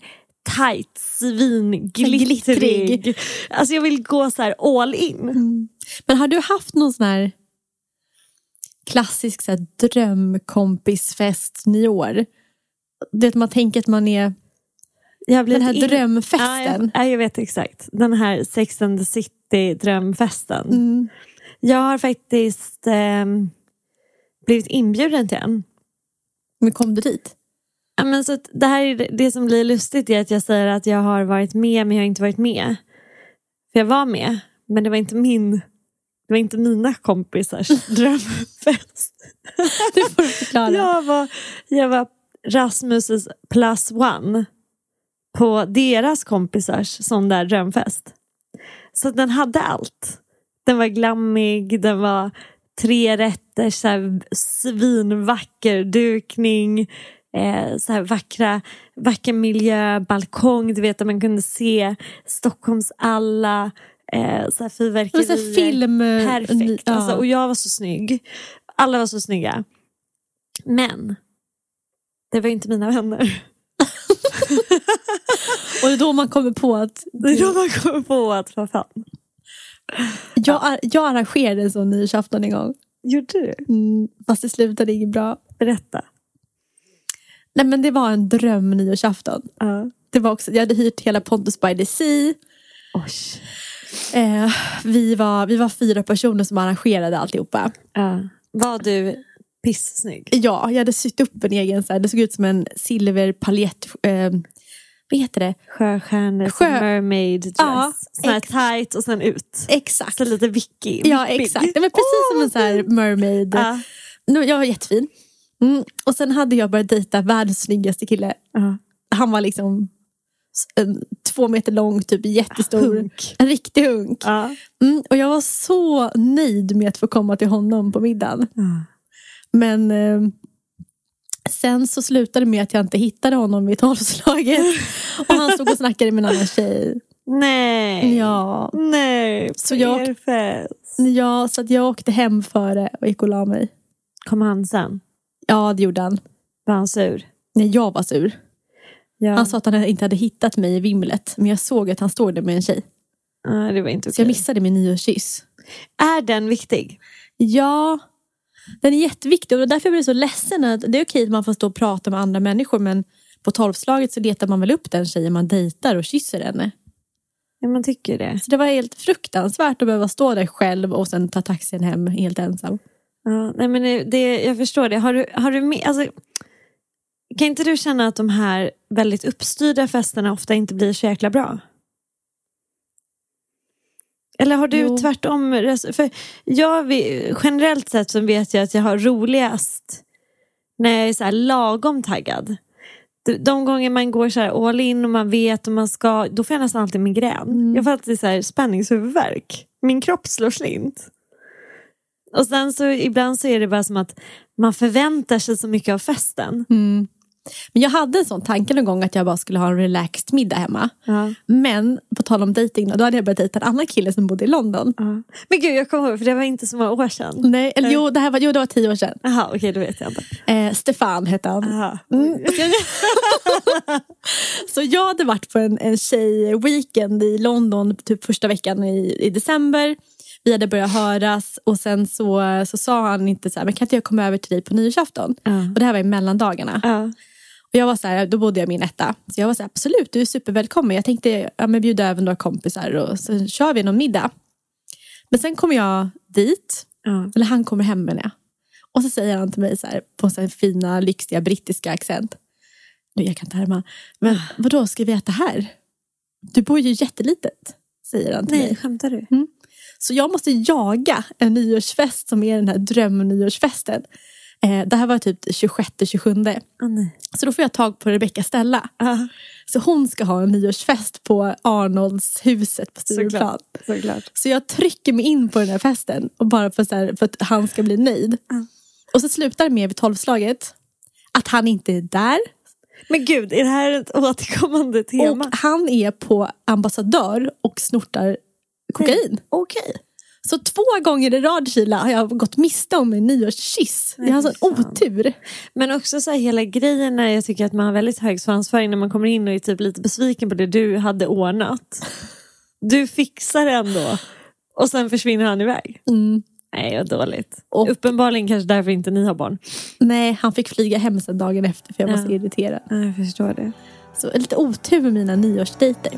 S2: tight, svinglittrig...
S1: Glittrig.
S2: Alltså jag vill gå så här all in.
S1: Men har du haft någon sån här klassisk så här, drömkompisfest nyår? Det att man tänker att man är
S2: Jag blir
S1: den här
S2: in- Ja, jag,
S1: drömfesten.
S2: ja, jag vet exakt. Den här Sex and the City-drömfesten.
S1: Mm.
S2: Jag har faktiskt ehm, blivit inbjuden till en.
S1: Men kom du dit?
S2: Ja, men så att det här är det- det som blir lustigt är att jag säger att jag har varit med men jag har inte varit med. För jag var med men det var inte min det var inte mina kompisars drömfest.
S1: Det får du förklara.
S2: Jag var, jag var Rasmus' plus one på deras kompisars sån där drömfest. Så att den hade allt. Den var glammig, den var tre rätter, så här svinvacker dukning, eh, så här vackra, vacker miljö, balkong, du vet där man kunde se Stockholms alla eh,
S1: Det
S2: så här
S1: var
S2: fyrverkerier.
S1: så här film... eh,
S2: Perfekt.
S1: Ja.
S2: Alltså, och jag var så snygg. Alla var så snygga. Men det var ju inte mina vänner.
S1: Och det är då man kommer på att
S2: Det är då man kommer på att, vad fan,
S1: jag, ar- jag arrangerade en sån nyårsafton en gång.
S2: gjorde du?
S1: Mm, fast det slutade inget bra.
S2: Berätta.
S1: Nej men det var en dröm nyårsafton.
S2: Ja.
S1: Det var också, jag hade hyrt hela Pontus by the Sea.
S2: Oj.
S1: Eh, vi, var, vi var fyra personer som arrangerade alltihopa.
S2: Ja. Var du pissnygg?
S1: Ja, jag hade sytt upp en egen, så här, det såg ut som en silverpaljett... Eh, vad heter det?
S2: Sjöstjärne,
S1: Sjö-
S2: mermaid dress.
S1: Ja,
S2: Sån här
S1: ex-
S2: tight och sen ut.
S1: Exakt.
S2: Så lite vicky.
S1: Ja,
S2: vippig.
S1: exakt. Det var precis
S2: Åh,
S1: som en så här mermaid. eh,
S2: Ja.
S1: Nu, jag var jättefin. Mm. Och sen hade jag börjat dejta världens snyggaste kille.
S2: Ja.
S1: Han var liksom s- en, två meter lång, typ jättestor.
S2: Hunk.
S1: En riktig hunk.
S2: Ja.
S1: Mm. Och jag var så nöjd med att få komma till honom på middagen.
S2: Ja.
S1: Men eh, sen så slutade det med att jag inte hittade honom vid tolvslaget. Och han stod och snackade med en annan tjej.
S2: Nej.
S1: Ja,
S2: Nej.
S1: Så jag-
S2: er fest.
S1: ja så att jag åkte hem före och gick och la mig.
S2: Kom han sen?
S1: Ja, det gjorde han.
S2: Var han sur?
S1: Nej, jag var sur.
S2: Ja.
S1: Han sa att han inte hade hittat mig i vimlet, men jag såg att han stod där med en tjej.
S2: Nej, det var inte
S1: Så jag
S2: okej.
S1: missade min nyårskyss.
S2: Är den viktig?
S1: Ja, den är jätteviktig och det är därför jag blev så ledsen. Att det är okej att man får stå och prata med andra människor, men på tolvslaget så letar man väl upp den tjejen man dejtar och kysser henne.
S2: Ja, man tycker ju det.
S1: Så det var helt fruktansvärt att behöva stå där själv och sen ta taxin hem helt ensam.
S2: Ja, nej, men det, det, jag förstår det. Har du, har du med, alltså, kan inte du känna att de här väldigt uppstyrda festerna ofta inte blir så jäkla bra? Eller har du
S1: Jo.
S2: tvärtom? res- För jag, vi- generellt sett så vet jag att jag har roligast när jag är så här lagom taggad. De- De gånger man går så här all in och man vet och man ska, då får jag nästan alltid migrän. Jag får alltid så här spänningshuvudvärk. Min kropp slår slint. Och sen så ibland så är det bara som att man förväntar sig så mycket av festen.
S1: Men jag hade en sån tanke någon gång att jag bara skulle ha en relaxed middag hemma.
S2: Ja.
S1: Men på tal om dejting, då då hade jag börjat dejta en annan kille som bodde i London.
S2: Ja. Men gud, jag kommer ihåg, för det var inte så många år sedan.
S1: Nej, eller jo, det här var, jo, det var tio år sedan.
S2: Jaha, okej, då vet jag inte.
S1: Eh, Stefan hette han. Mm.
S2: Aha.
S1: Så jag hade varit på en, en tjejweekend i London typ första veckan i, i december. Vi hade börjat höras och sen så, så sa han inte så här, men kan inte jag komma över till dig på nyårsafton? Och det här var i mellandagarna.
S2: Ja.
S1: Och jag var så här, då bodde jag i min etta. Så jag var så här, absolut, du är supervälkommen. Jag tänkte ja, men bjuda över några kompisar och så kör vi någon middag. Men sen kommer jag dit,
S2: Ja.
S1: eller han kommer hem menar jag. Och så säger han till mig så här, på sin fina, lyxiga brittiska accent. Nu, jag kan inte härma. Men vadå, ska vi äta här? Du bor ju jättelitet, säger han till
S2: Nej,
S1: mig.
S2: skämtar du?
S1: Så jag måste jaga en nyårsfest som är den här drömnyårsfesten. Eh, det här var typ 26-27.
S2: Ah, nej.
S1: Så då får jag tag på Rebecca Stella.
S2: Ja,
S1: Så hon ska ha en nyårsfest på Arnolds huset på Stureplan.
S2: såklart. såklart.
S1: Så jag trycker mig in på den här festen och bara för, så här, för att han ska bli nöjd. Och så slutar det med vid tolvslaget att han inte är där.
S2: Men gud, är det här ett återkommande tema?
S1: Och han är på ambassadör och snortar kokain.
S2: Okej.
S1: Så två gånger i rad Kila har jag gått miste om min nyårskyss. Jag har sån
S2: fan.
S1: otur.
S2: Men också så här, hela grejen när jag tycker att man har väldigt hög svansföring när man kommer in och är typ lite besviken på det du hade ordnat. Du fixar det ändå och sen försvinner han iväg.
S1: Mm.
S2: Nej, vad dåligt.
S1: Och-
S2: Uppenbarligen kanske därför inte ni har barn.
S1: Nej, han fick flyga hem sen dagen efter för jag var så
S2: Ja.
S1: irriterad.
S2: Ja, jag förstår det.
S1: Så lite otur med mina nyårsdejter.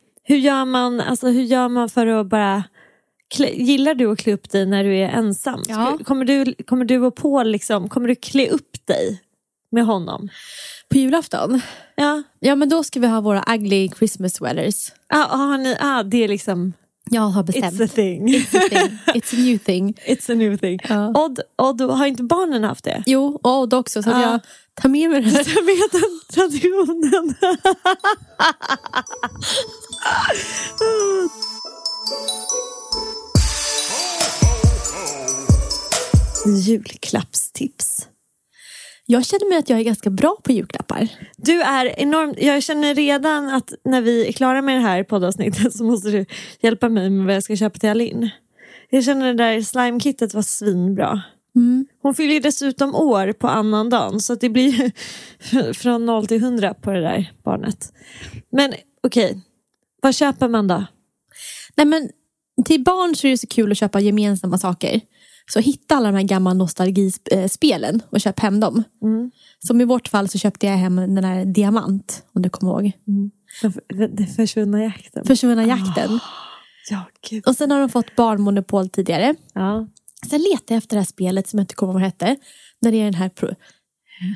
S2: Hur gör man, alltså, hur gör man för att bara... Klä, gillar du att klä upp dig när du är ensam? Ska-
S1: Ja.
S2: Kommer, du, kommer du och Paul liksom, kommer du klä upp dig med honom?
S1: På julafton?
S2: Ja,
S1: Ja, men då ska vi ha våra ugly Christmas sweaters.
S2: ah, har ni, ah, det är liksom...
S1: Jag har bestämt.
S2: It's a thing.
S1: It's a thing. It's a new thing.
S2: It's a new thing.
S1: Ja.
S2: Odd, Odd, har inte barnen haft det?
S1: Jo, och Odd också. Så att
S2: Ja.
S1: jag tar med mig det här.
S2: Jag vet den traditionen. Julklappstips.
S1: Jag känner mig att jag är ganska bra på julklappar.
S2: Du är enorm. Jag känner redan att när vi är klara med det här poddavsnittet så måste du hjälpa mig med vad jag ska köpa till Alin. Jag känner det där slime-kittet var svinbra. Hon fyller ju dessutom år på annandagen så att det blir ju från 0 till 100 på det där barnet. Men okej, vad köper man då?
S1: Nej, men till barn så är det så kul att köpa gemensamma saker. Så hitta alla de här gamla nostalgispelen och köp hem dem. Som i vårt fall så köpte jag hem den här Diamant, om du kommer ihåg.
S2: Den försvunna jakten.
S1: Försvunna jakten.
S2: Ja, gud.
S1: Och sen har de fått barnmonopol tidigare.
S2: Ja.
S1: Sen letade jag efter det här spelet som jag inte kommer ihåg vad det hette. När det är den här pro-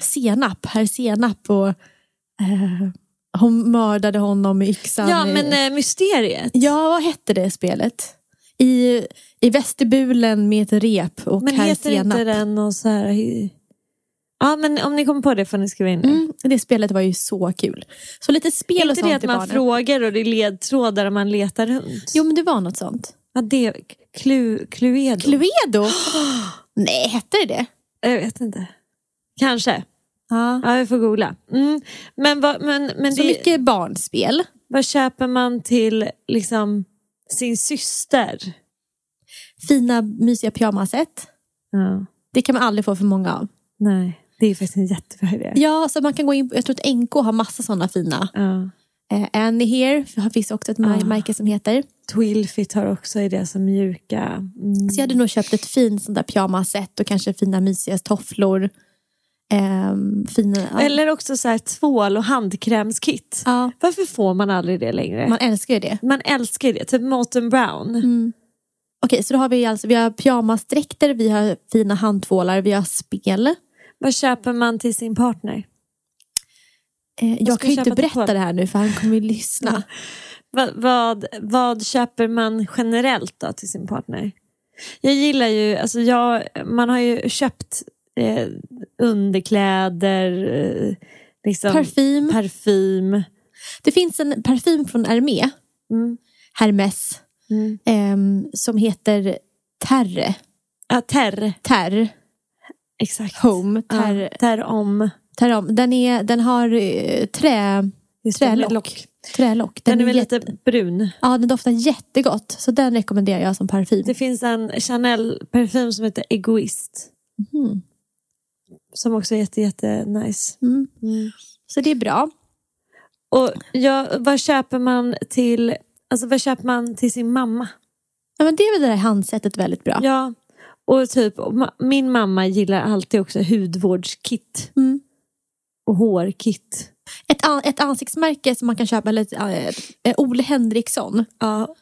S1: senap, herr senap och eh, hon mördade honom med yxan.
S2: ja,
S1: i-
S2: men eh, mysteriet.
S1: Ja, vad hette det spelet? I, i vestibulen med ett rep och
S2: Men
S1: herr
S2: heter
S1: senap.
S2: inte den och så här... Ja, men om ni kommer på det får ni skriva in det.
S1: Mm, det spelet var ju så kul. Så lite spel och
S2: inte
S1: sånt
S2: det att
S1: till
S2: man
S1: barnen.
S2: frågar och det är ledtrådar och man letar runt?
S1: Jo, men det var något sånt.
S2: Ja, det är Clu- Cluedo.
S1: Cluedo? Nej, hette det det?
S2: Jag vet inte. Kanske.
S1: Ja.
S2: Ja, vi får googla. Mm. Men, vad, men, men
S1: Så
S2: det,
S1: mycket barnspel.
S2: vad köper man till liksom, sin syster?
S1: Fina, mysiga pyjamasset.
S2: Ja.
S1: Det kan man aldrig få för många av.
S2: Nej, det är faktiskt en jättebra idé.
S1: Ja, så man kan gå in på, jag tror att NK har massa sådana fina.
S2: Ja.
S1: Eh, Annie Here, det finns också ett
S2: Ah.
S1: mär- märke som heter.
S2: Twilfit har också idé som mjuka. Mm.
S1: Så jag hade nog köpt ett fint sånt där pyjamasset och kanske fina mysiga tofflor. Ehm, fina, ja.
S2: Eller också så här, tvål och handkrämskit.
S1: Ja.
S2: Varför får man aldrig det längre?
S1: Man
S2: Man,
S1: älskar ju det.
S2: älskar ju det. Typ Molten Brown.
S1: Okej, så då har vi alltså vi har pyjamasdräkter, vi har fina handtvålar, vi har spel.
S2: Vad köper man till sin partner?
S1: Eh, jag
S2: ska
S1: kan ju inte
S2: köpa till Mm.
S1: berätta
S2: Paul.
S1: det här nu för han kommer ju lyssna.
S2: Vad, vad, vad köper man generellt då till sin partner? Jag gillar ju, alltså jag, man har ju köpt eh, underkläder, eh, liksom,
S1: Parfym.
S2: parfym.
S1: Det finns en parfym från Hermé,
S2: Mm.
S1: Hermes, ehm, som heter Terre.
S2: Ja, terr.
S1: Terre
S2: Exakt.
S1: Home. Terre,
S2: Terr. terr om.
S1: terre om. Den, är, den har eh, trä,
S2: Just det, med
S1: trälock.
S2: lock.
S1: trälock.
S2: Den, är väl
S1: jätte-
S2: lite brun.
S1: Ja, den doftar jättegott. Så den rekommenderar jag som parfym. Mhm.
S2: Det finns en Chanel-parfym som heter Egoist. Som också är jätte, jätte nice.
S1: Mm. Så det är bra.
S2: Och ja, vad köper man till Alltså vad köper man till sin mamma?
S1: Ja, men det är väl det där handsetet väldigt bra.
S2: Ja. Och typ, ma- min mamma gillar alltid också hudvårdskit.
S1: Mm.
S2: Och hårkit.
S1: Ett, an- ett ansiktsmärke som man kan köpa, eller ett, eh, eh, Ole Henriksson.
S2: Ja.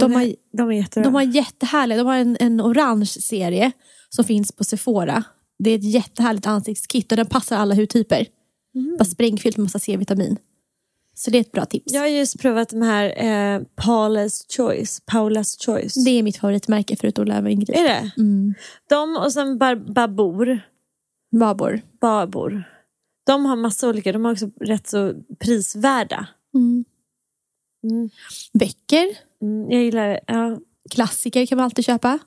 S1: De
S2: De,
S1: har-
S2: är, de är jättebra.
S1: De har jättehärliga, de har en, en orange serie som finns på Sephora. Det är ett jättehärligt ansiktskit och den passar alla hudtyper.
S2: Mm.
S1: Bara sprängfyllt med massa C-vitamin. Så det är ett bra tips.
S2: Jag har just provat de här eh, Paula's Choice. Paula's Choice.
S1: Det är mitt favoritmärke förutom Löwengrip.
S2: Är det?
S1: Mm.
S2: De och sen bar, Babor.
S1: Babor.
S2: Babor. De har massa olika. De har också rätt så prisvärda.
S1: Mm.
S2: Mm.
S1: Böcker.
S2: Mm, jag gillar, ja,
S1: Klassiker kan man alltid köpa.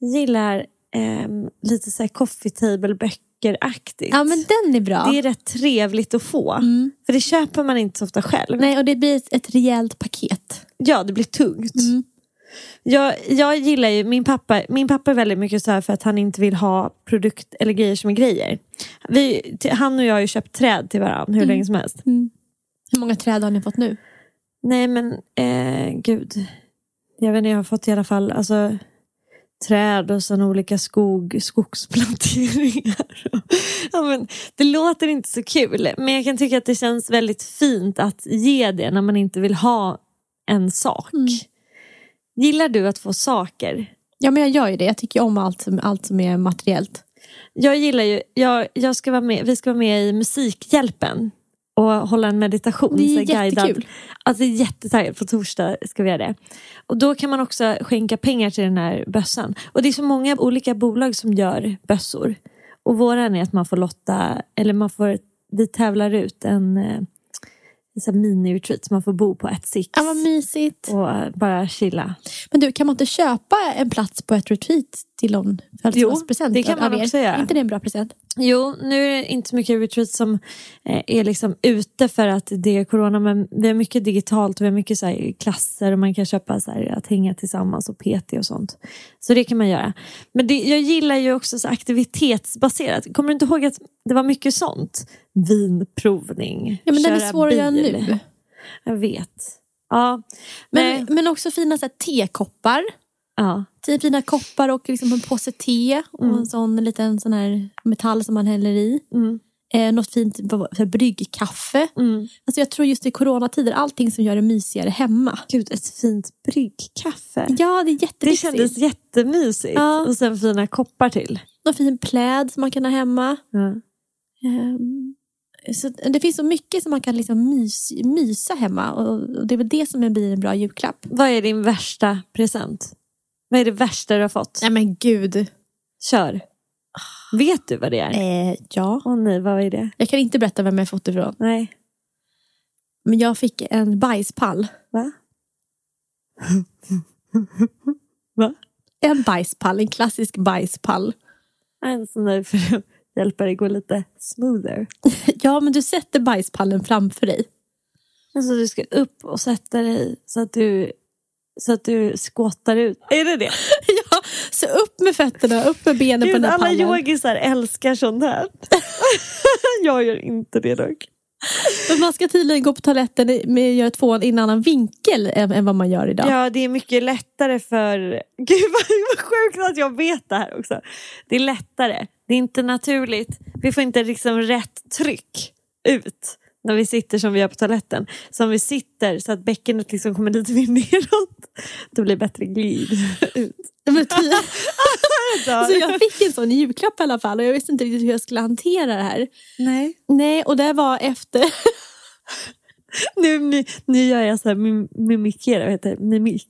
S2: gillar ehm, lite så här coffee table böcker-aktigt.
S1: Ja men den är bra.
S2: Det är rätt trevligt att få.
S1: Mm.
S2: För det köper man inte så ofta själv.
S1: Nej och det blir ett, ett rejält paket.
S2: Ja, det blir tungt.
S1: Mm.
S2: Jag, jag gillar ju, min pappa, min pappa är väldigt mycket så här för att han inte vill ha produkt eller grejer som är grejer. Vi, t- han och jag har ju köpt träd till varandra
S1: Mm.
S2: hur länge som helst.
S1: Hur många träd har ni fått nu?
S2: Nej men eh, gud. Jag vet inte, jag har fått i alla fall alltså, träd och sen olika skog, skogsplanteringar. ja, men, det låter inte så kul men jag kan tycka att det känns väldigt fint att ge det när man inte vill ha en sak. Gillar du att få saker?
S1: Ja men jag gör ju det. Jag tycker ju om allt som, allt som är materiellt.
S2: Jag gillar ju, jag, jag ska vara med, vi ska vara med i Musikhjälpen och hålla en meditation.
S1: Det är
S2: så här guidad.
S1: jättekul.
S2: Alltså jag är jättetaggad, på torsdag ska vi göra det. Och då kan man också skänka pengar till den här bössan. Och det är så många olika bolag som gör bössor. Och våran är att man får lotta, eller man får, vi tävlar ut en, eh, en sån här mini-retreat så man får bo på ett six.
S1: Ja vad mysigt.
S2: och eh, bara chilla.
S1: Men du, kan man inte köpa en plats på ett retreat till någon födelsedagspresent?
S2: det kan
S1: av- av
S2: man
S1: er?
S2: också göra.
S1: Är inte det en bra present?
S2: Jo, nu är det inte så mycket retreat som eh, är liksom ute för att det är corona. Men vi har mycket digitalt och vi har mycket så här klasser och man kan köpa så här att hänga tillsammans och PT och sånt. Så det kan man göra. Men det, jag gillar ju också så aktivitetsbaserat. Kommer du inte ihåg att det var mycket sånt? Vinprovning.
S1: Ja, men den är
S2: köra
S1: svår att göra
S2: bil.
S1: nu.
S2: Jag vet. Ja.
S1: Men,
S2: Men,
S1: men också fina så här, tekoppar.
S2: ja.
S1: Tio fina koppar och liksom en påse te och en sån liten sån här metall som man häller i.
S2: Mm.
S1: Eh, något fint så här, bryggkaffe.
S2: Mm.
S1: Alltså, jag tror just i coronatider, allting som gör det mysigare hemma.
S2: Gud, ett fint bryggkaffe.
S1: Ja, det är
S2: det
S1: jättemysigt.
S2: kändes jättemysigt.
S1: Ja.
S2: Och sen fina koppar till.
S1: Någon fin pläd som man kan ha hemma.
S2: Ja.
S1: Ehm, Så att det finns så mycket som man kan liksom mys, mysa hemma och och det är väl det som blir en bra julklapp.
S2: Vad är din värsta present? Vad är det värsta du har fått?
S1: Nej men gud.
S2: Kör. Vet du vad det är?
S1: Eh, ja.
S2: Åh nej, vad är det?
S1: Jag kan inte berätta vem jag fått det ifrån.
S2: Nej.
S1: Men jag fick en bajspall.
S2: Va? va?
S1: En bajspall, en klassisk bajspall.
S2: En sån där för att hjälpa dig gå lite smoother.
S1: Ja men du sätter bajspallen framför dig.
S2: Alltså du ska upp och sätta dig så att du, så att du skåtar ut. Är det det?
S1: Ja, så upp med fötterna, upp med benen på den
S2: Gud,
S1: här
S2: alla
S1: pallen.
S2: yogisar älskar sånt här. jag gör inte det dock.
S1: Men man ska tydligen gå på toaletten i- med göra tvåan i en annan vinkel än, än vad man gör idag.
S2: Ja, det är mycket lättare för... Gud vad, vad sjukt att jag vet det här också. Det är lättare. Det är inte naturligt. Vi får inte liksom rätt tryck ut när vi sitter som vi gör på toaletten. Så om vi sitter så att bäckenet liksom kommer lite mer neråt, då blir det bättre glid ut.
S1: Men ty-
S2: Där.
S1: Så jag fick en sån i julklapp i alla fall och jag visste inte riktigt hur jag skulle hantera det här.
S2: Nej.
S1: Nej, och det var efter...
S2: Nu, nu, nu gör jag så här mim- mimikera, vad heter det? Mimik.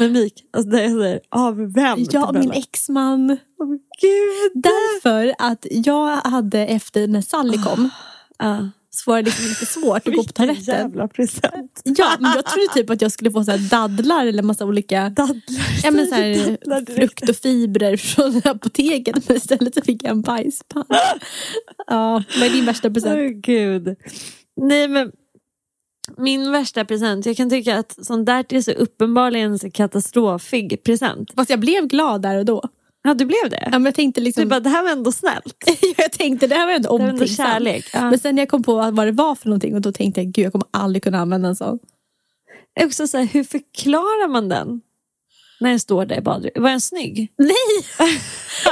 S2: Mimik. Alltså där jag säger, av vem?
S1: Ja,
S2: Bella?
S1: min exman.
S2: Åh, Gud.
S1: Därför att jag hade efter när Sally kom
S2: Ja.
S1: så var det liksom lite svårt att gå på
S2: Vilken
S1: toaletten.
S2: jävla present.
S1: Ja, men jag trodde typ att jag skulle få så här dadlar eller massa olika
S2: Dadlar.
S1: ja, men så här,
S2: Dadlar direkt.
S1: frukt och fibrer från apoteket. Men istället så fick jag en bajspann. Ja, vad är din värsta present?
S2: Åh, gud. Nej men min värsta present, jag kan tycka att sånt där är så uppenbarligen så katastroffig present.
S1: Fast jag blev glad där och då.
S2: Ja, du blev det?
S1: Ja, men jag tänkte
S2: Du
S1: liksom...
S2: bara, det här var ändå snällt.
S1: jag tänkte det här var ändå
S2: var ändå
S1: omtänksamt.
S2: kärlek, ja.
S1: Men sen när jag kom på vad det var för någonting och då tänkte jag gud jag kommer aldrig kunna använda en sån.
S2: Också så här, hur förklarar man den? När den står där i badrummet. Var den snygg?
S1: Nej!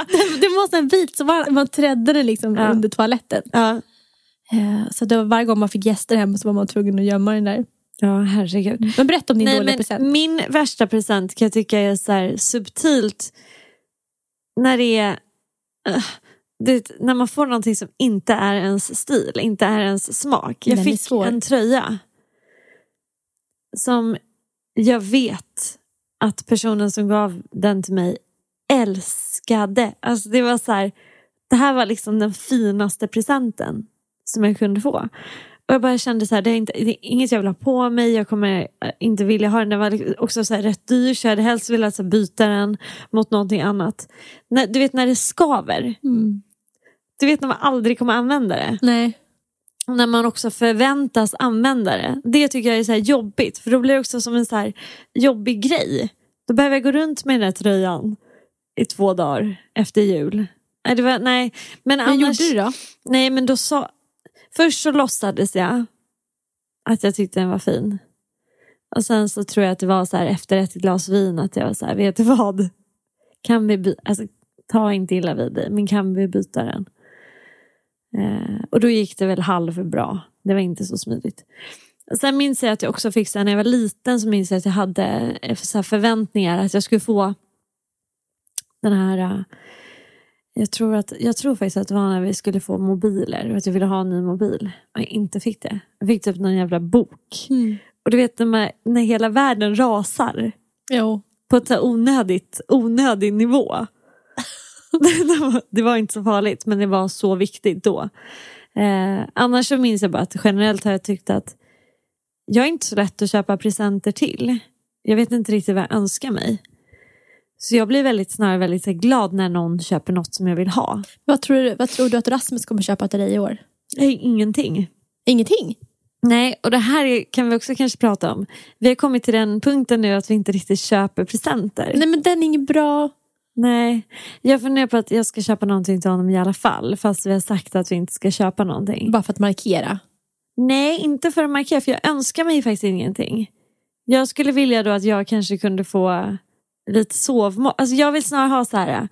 S1: det, det måste en bit, så var, man trädde den liksom
S2: Ja.
S1: under toaletten.
S2: Ja.
S1: Eh, Så det var varje gång man fick gäster hem så var man tvungen att gömma den där.
S2: Ja, herregud.
S1: Men berätta om din
S2: Nej,
S1: dåliga
S2: men
S1: present.
S2: Min värsta present kan jag tycka är så här subtilt. När det är... Ugh, det, när man får någonting som inte är ens stil, inte är ens smak. Jag
S1: Den är
S2: fick
S1: svår.
S2: en tröja. Som jag vet att personen som gav den till mig älskade. Alltså det var så här, det här var liksom den finaste presenten som jag kunde få. Och jag bara kände så här, det är, inte, det är inget jag vill ha på mig, jag kommer eh, inte vilja ha den. Den var liksom också så här rätt dyr så jag hade helst velat så här byta den mot någonting annat. När, du vet när det skaver,
S1: Mm.
S2: du vet när man aldrig kommer använda det.
S1: Nej.
S2: Och när man också förväntas använda det. Det tycker jag är så här jobbigt. För då blir det också som en så här jobbig grej. Då behöver jag gå runt med den där tröjan i två dagar efter jul. Nej, det var, nej. Men
S1: Vad
S2: annars,
S1: gjorde du då?
S2: Nej, men då sa... Först så låtsades jag att jag tyckte den var fin. Och sen så tror jag att det var så här efter ett glas vin att jag var så här, vet du vad? Kan vi by- alltså, ta inte illa vid dig, men kan vi byta den? Eh, och då gick det väl halvbra. Det var inte så smidigt. Sen minns jag att jag också fick, så här, när jag var liten så minns jag att jag hade eh, så här förväntningar att jag skulle få den här eh, jag tror, att, jag tror faktiskt att det var när vi skulle få mobiler och att jag ville ha en ny mobil. Och jag inte fick det. Jag fick typ någon jävla bok.
S1: Mm.
S2: Och du vet när, man, när hela världen rasar
S1: Jo.
S2: på ett så här onödigt, onödig nivå. Det var- det var inte så farligt men det var så viktigt då. Eh, annars så minns jag bara att generellt har jag tyckt att jag är inte så lätt att köpa presenter till. Jag vet inte riktigt vad jag önskar mig. Så jag blir väldigt snarare väldigt så här glad när någon köper något som jag vill ha.
S1: Vad, tror du, vad tror du att Rasmus kommer köpa till dig i år?
S2: Nej, ingenting.
S1: Ingenting?
S2: Nej, och det här är- kan vi också kanske prata om. Vi har kommit till den punkten nu att vi inte riktigt köper presenter.
S1: Nej men den är ingen bra.
S2: Nej. Jag funderar på att jag ska köpa någonting till honom i alla fall. Fast vi har sagt att vi inte ska köpa någonting.
S1: Bara för att markera.
S2: Nej, inte för att markera. För jag önskar mig faktiskt ingenting. Jag skulle vilja då att jag kanske kunde få lite sovmål. Alltså jag vill snarare ha så här.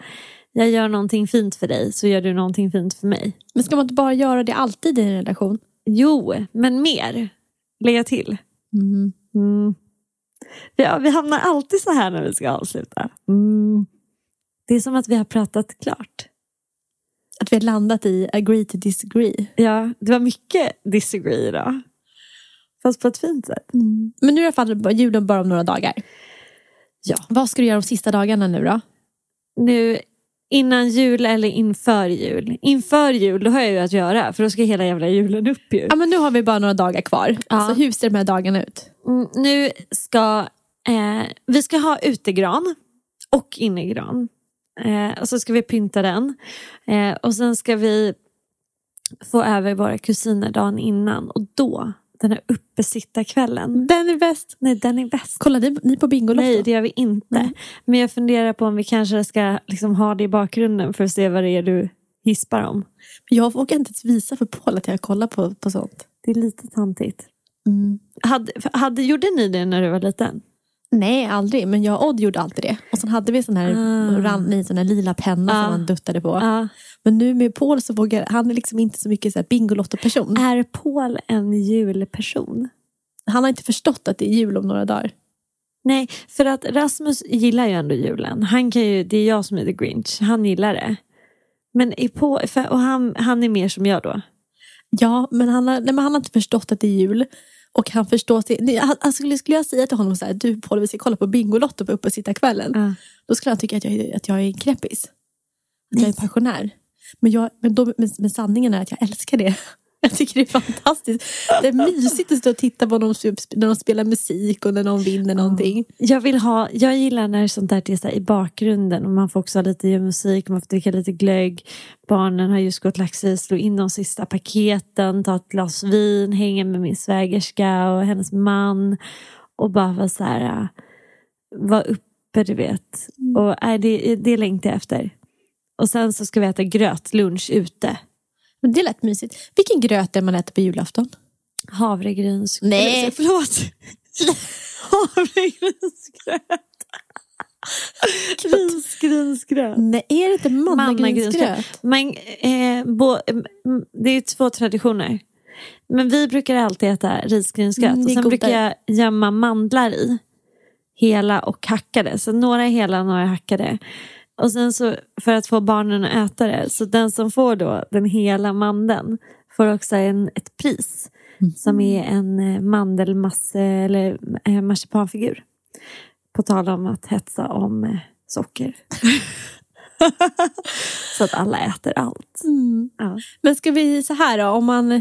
S2: Jag gör någonting fint för dig så gör du någonting fint för mig.
S1: Men ska man inte bara göra det alltid i en relation?
S2: Jo, men mer. Lägga till. Mm. Ja, vi hamnar alltid så här när vi ska avsluta. Mm. Det är som att vi har pratat klart.
S1: Att vi har landat i agree to disagree.
S2: Ja, det var mycket disagree idag. Fast på ett fint sätt.
S1: Men nu är i alla fall julen bara om några dagar.
S2: Ja.
S1: Vad ska du göra de sista dagarna nu då?
S2: Nu innan jul eller inför jul. Inför jul, då har jag ju att göra. För då ska hela jävla julen upp ju.
S1: Ja men nu har vi bara några dagar kvar. Alltså, hur ser de här dagarna ut?
S2: Mm, nu ska eh, vi ska ha utegran och innegran. Eh, och så ska vi pynta den. Eh, och sen ska vi få över våra kusiner dagen innan. Och då, den här uppesittarkvällen.
S1: Den är bäst.
S2: Nej, den är bäst.
S1: Kollar ni, ni på Bingolotto?
S2: Nej, det gör vi inte. Men jag funderar på om vi kanske ska liksom ha det i bakgrunden för att se vad det är du hispar om.
S1: Jag vågar inte ens visa för Paul att jag kollar på, på sånt.
S2: Det är lite tantigt. Hade, hade, gjorde ni det när du var liten?
S1: Nej, aldrig. Men jag och Odd gjorde alltid det. Och sen hade vi sån här,
S2: Ah.
S1: rann, i sån här lila penna
S2: Ah.
S1: som man duttade på.
S2: Ja.
S1: Men nu med Paul så vågar han är liksom inte så mycket så här Bingolotto-person.
S2: Är Paul en julperson?
S1: Han har inte förstått att det är jul om några dagar.
S2: Nej, för att Rasmus gillar ju ändå julen. Han kan ju, det är jag som är the grinch. Han gillar det. Men är Paul, för, och han, han är mer som jag då.
S1: Ja, men han har, nej, men han har inte förstått att det är jul. Och han förstår sig, nej, han, alltså, skulle- skulle jag säga till honom så här, du Paul vi ska kolla på Bingolotto på uppe och sitta kvällen.
S2: Ja.
S1: Då skulle han tycka att jag, är- att jag är en kreppis. Att jag är pensionär. Men, jag, men, då, men, men sanningen är att jag älskar det. Jag tycker det är fantastiskt. Det är mysigt att stå och titta på dem sp- när de spelar musik och när någon vinner någonting.
S2: Jag vill ha, jag gillar när sånt där är så här i bakgrunden och man får också ha lite musik, man får dricka lite glögg. Barnen har just gått laxis, slå in de sista paketen, ta ett glas vin, hänga med min svägerska och hennes man. Och bara vara så här, äh, vara upp, papper, du vet. Och, nej, det, det längtar jag efter. Och sen så ska vi äta grötlunch ute.
S1: Men det lät mysigt. Vilken gröt är man äter på julafton?
S2: Havregryns...
S1: Nej.
S2: Eller, Förlåt. Havregrynsgröt. Risgrynsgröt.
S1: Nej, är det inte mannagrynsgröt?
S2: Men, eh, bo, m- m- det är två traditioner. Men vi brukar alltid äta risgrynsgröt.
S1: Mm, det
S2: och
S1: är
S2: sen brukar
S1: godare.
S2: jag gömma mandlar i. Hela och hackade. Så några hela, några hackade. Och sen så för att få barnen att äta det. Så den som får då den hela mandeln får också en, ett pris.
S1: Mm.
S2: Som är en eh, mandelmasse eller eh, marsipanfigur. På tal om att hetsa om eh, socker. så att alla äter allt. Ja.
S1: Men ska vi så här då, om man,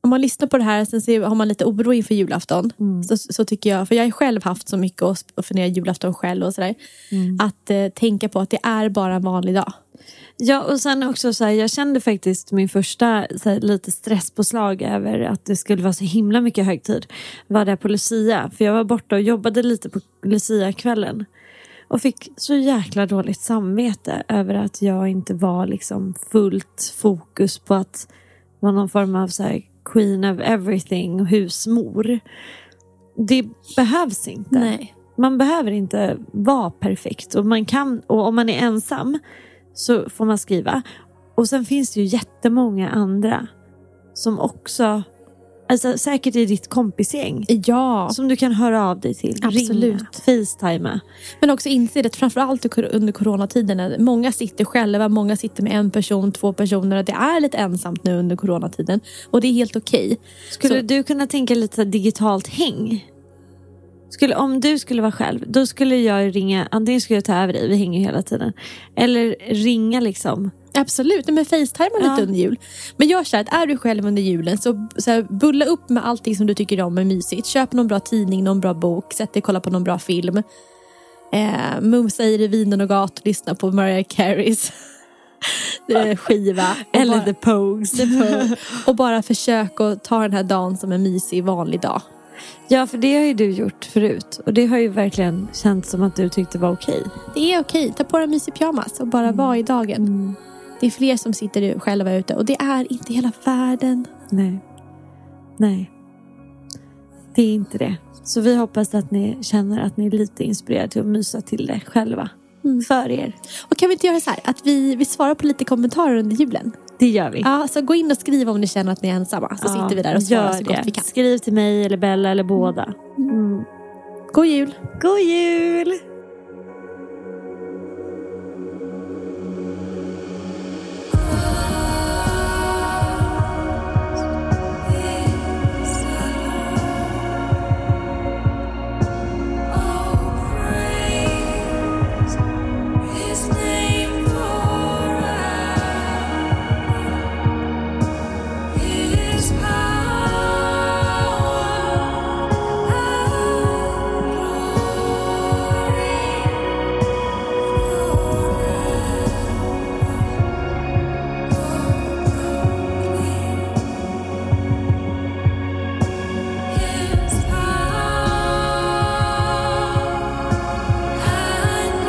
S1: om man lyssnar på det här sen så har man lite oro inför julafton. Så, så tycker jag, för jag har själv haft så mycket att sp- att fundera julafton själv och sådär. Att eh, tänka på att det är bara en vanlig dag.
S2: Ja, och sen också så här, jag kände faktiskt min första så här, lite stresspåslag över att det skulle vara så himla mycket högtid. Var där på Lucia, för jag var borta och jobbade lite på Lucia-kvällen. Och fick så jäkla dåligt samvete över att jag inte var liksom fullt fokus på att vara någon form av så här, queen of everything och husmor. Det behövs inte. Man behöver inte vara perfekt. Och, man kan, och om man är ensam så får man skriva. Och sen finns det ju jättemånga andra som också, alltså säkert i ditt kompisgäng,
S1: Ja,
S2: som du kan höra av dig till.
S1: Absolut.
S2: Ringa, facetimea.
S1: men också inse det framförallt i kor- under coronatiden. när Många sitter själva, många sitter med en person, två personer. och Det är lite ensamt nu under coronatiden och det är helt okej.
S2: Skulle
S1: Så-
S2: du kunna tänka lite så här digitalt häng? Skulle, om du skulle vara själv, då skulle jag ringa, antingen skulle jag ta över dig, vi hänger ju hela tiden. Eller ringa liksom.
S1: Absolut, nej, men facetimea lite
S2: Ja.
S1: under jul. Men gör så här att är du själv under julen så, så här, bulla upp med allting som du tycker om är mysigt. Köp någon bra tidning, någon bra bok, sätt dig och kolla på någon bra film. Eh, mumsa i dig vinen och gat och lyssna på Mariah Careys eh, skiva. Och
S2: Eller
S1: bara-
S2: the pogues.
S1: The Pearl. och bara försök att ta den här dagen som en mysig vanlig dag.
S2: Ja, för det har ju du gjort förut. Och det har ju verkligen känts som att du tyckte var okej.
S1: Det är okej, ta på dig en mysig pyjamas och bara
S2: Mm.
S1: vara i dagen. Det är fler som sitter själva ute och det är inte hela världen.
S2: Nej. Nej. Det är inte det. Så vi hoppas att ni känner att ni är lite inspirerade till att mysa till det själva.
S1: Mm.
S2: För er.
S1: Och kan vi inte göra så här att vi, vi svarar på lite kommentarer under julen?
S2: Det gör vi.
S1: Ja, så gå in och skriv om ni känner att ni är ensamma. Så sitter vi där och svarar
S2: gör
S1: så gott
S2: det.
S1: vi kan.
S2: Skriv till mig eller Bella eller båda.
S1: God jul!
S2: God jul!
S3: Thank you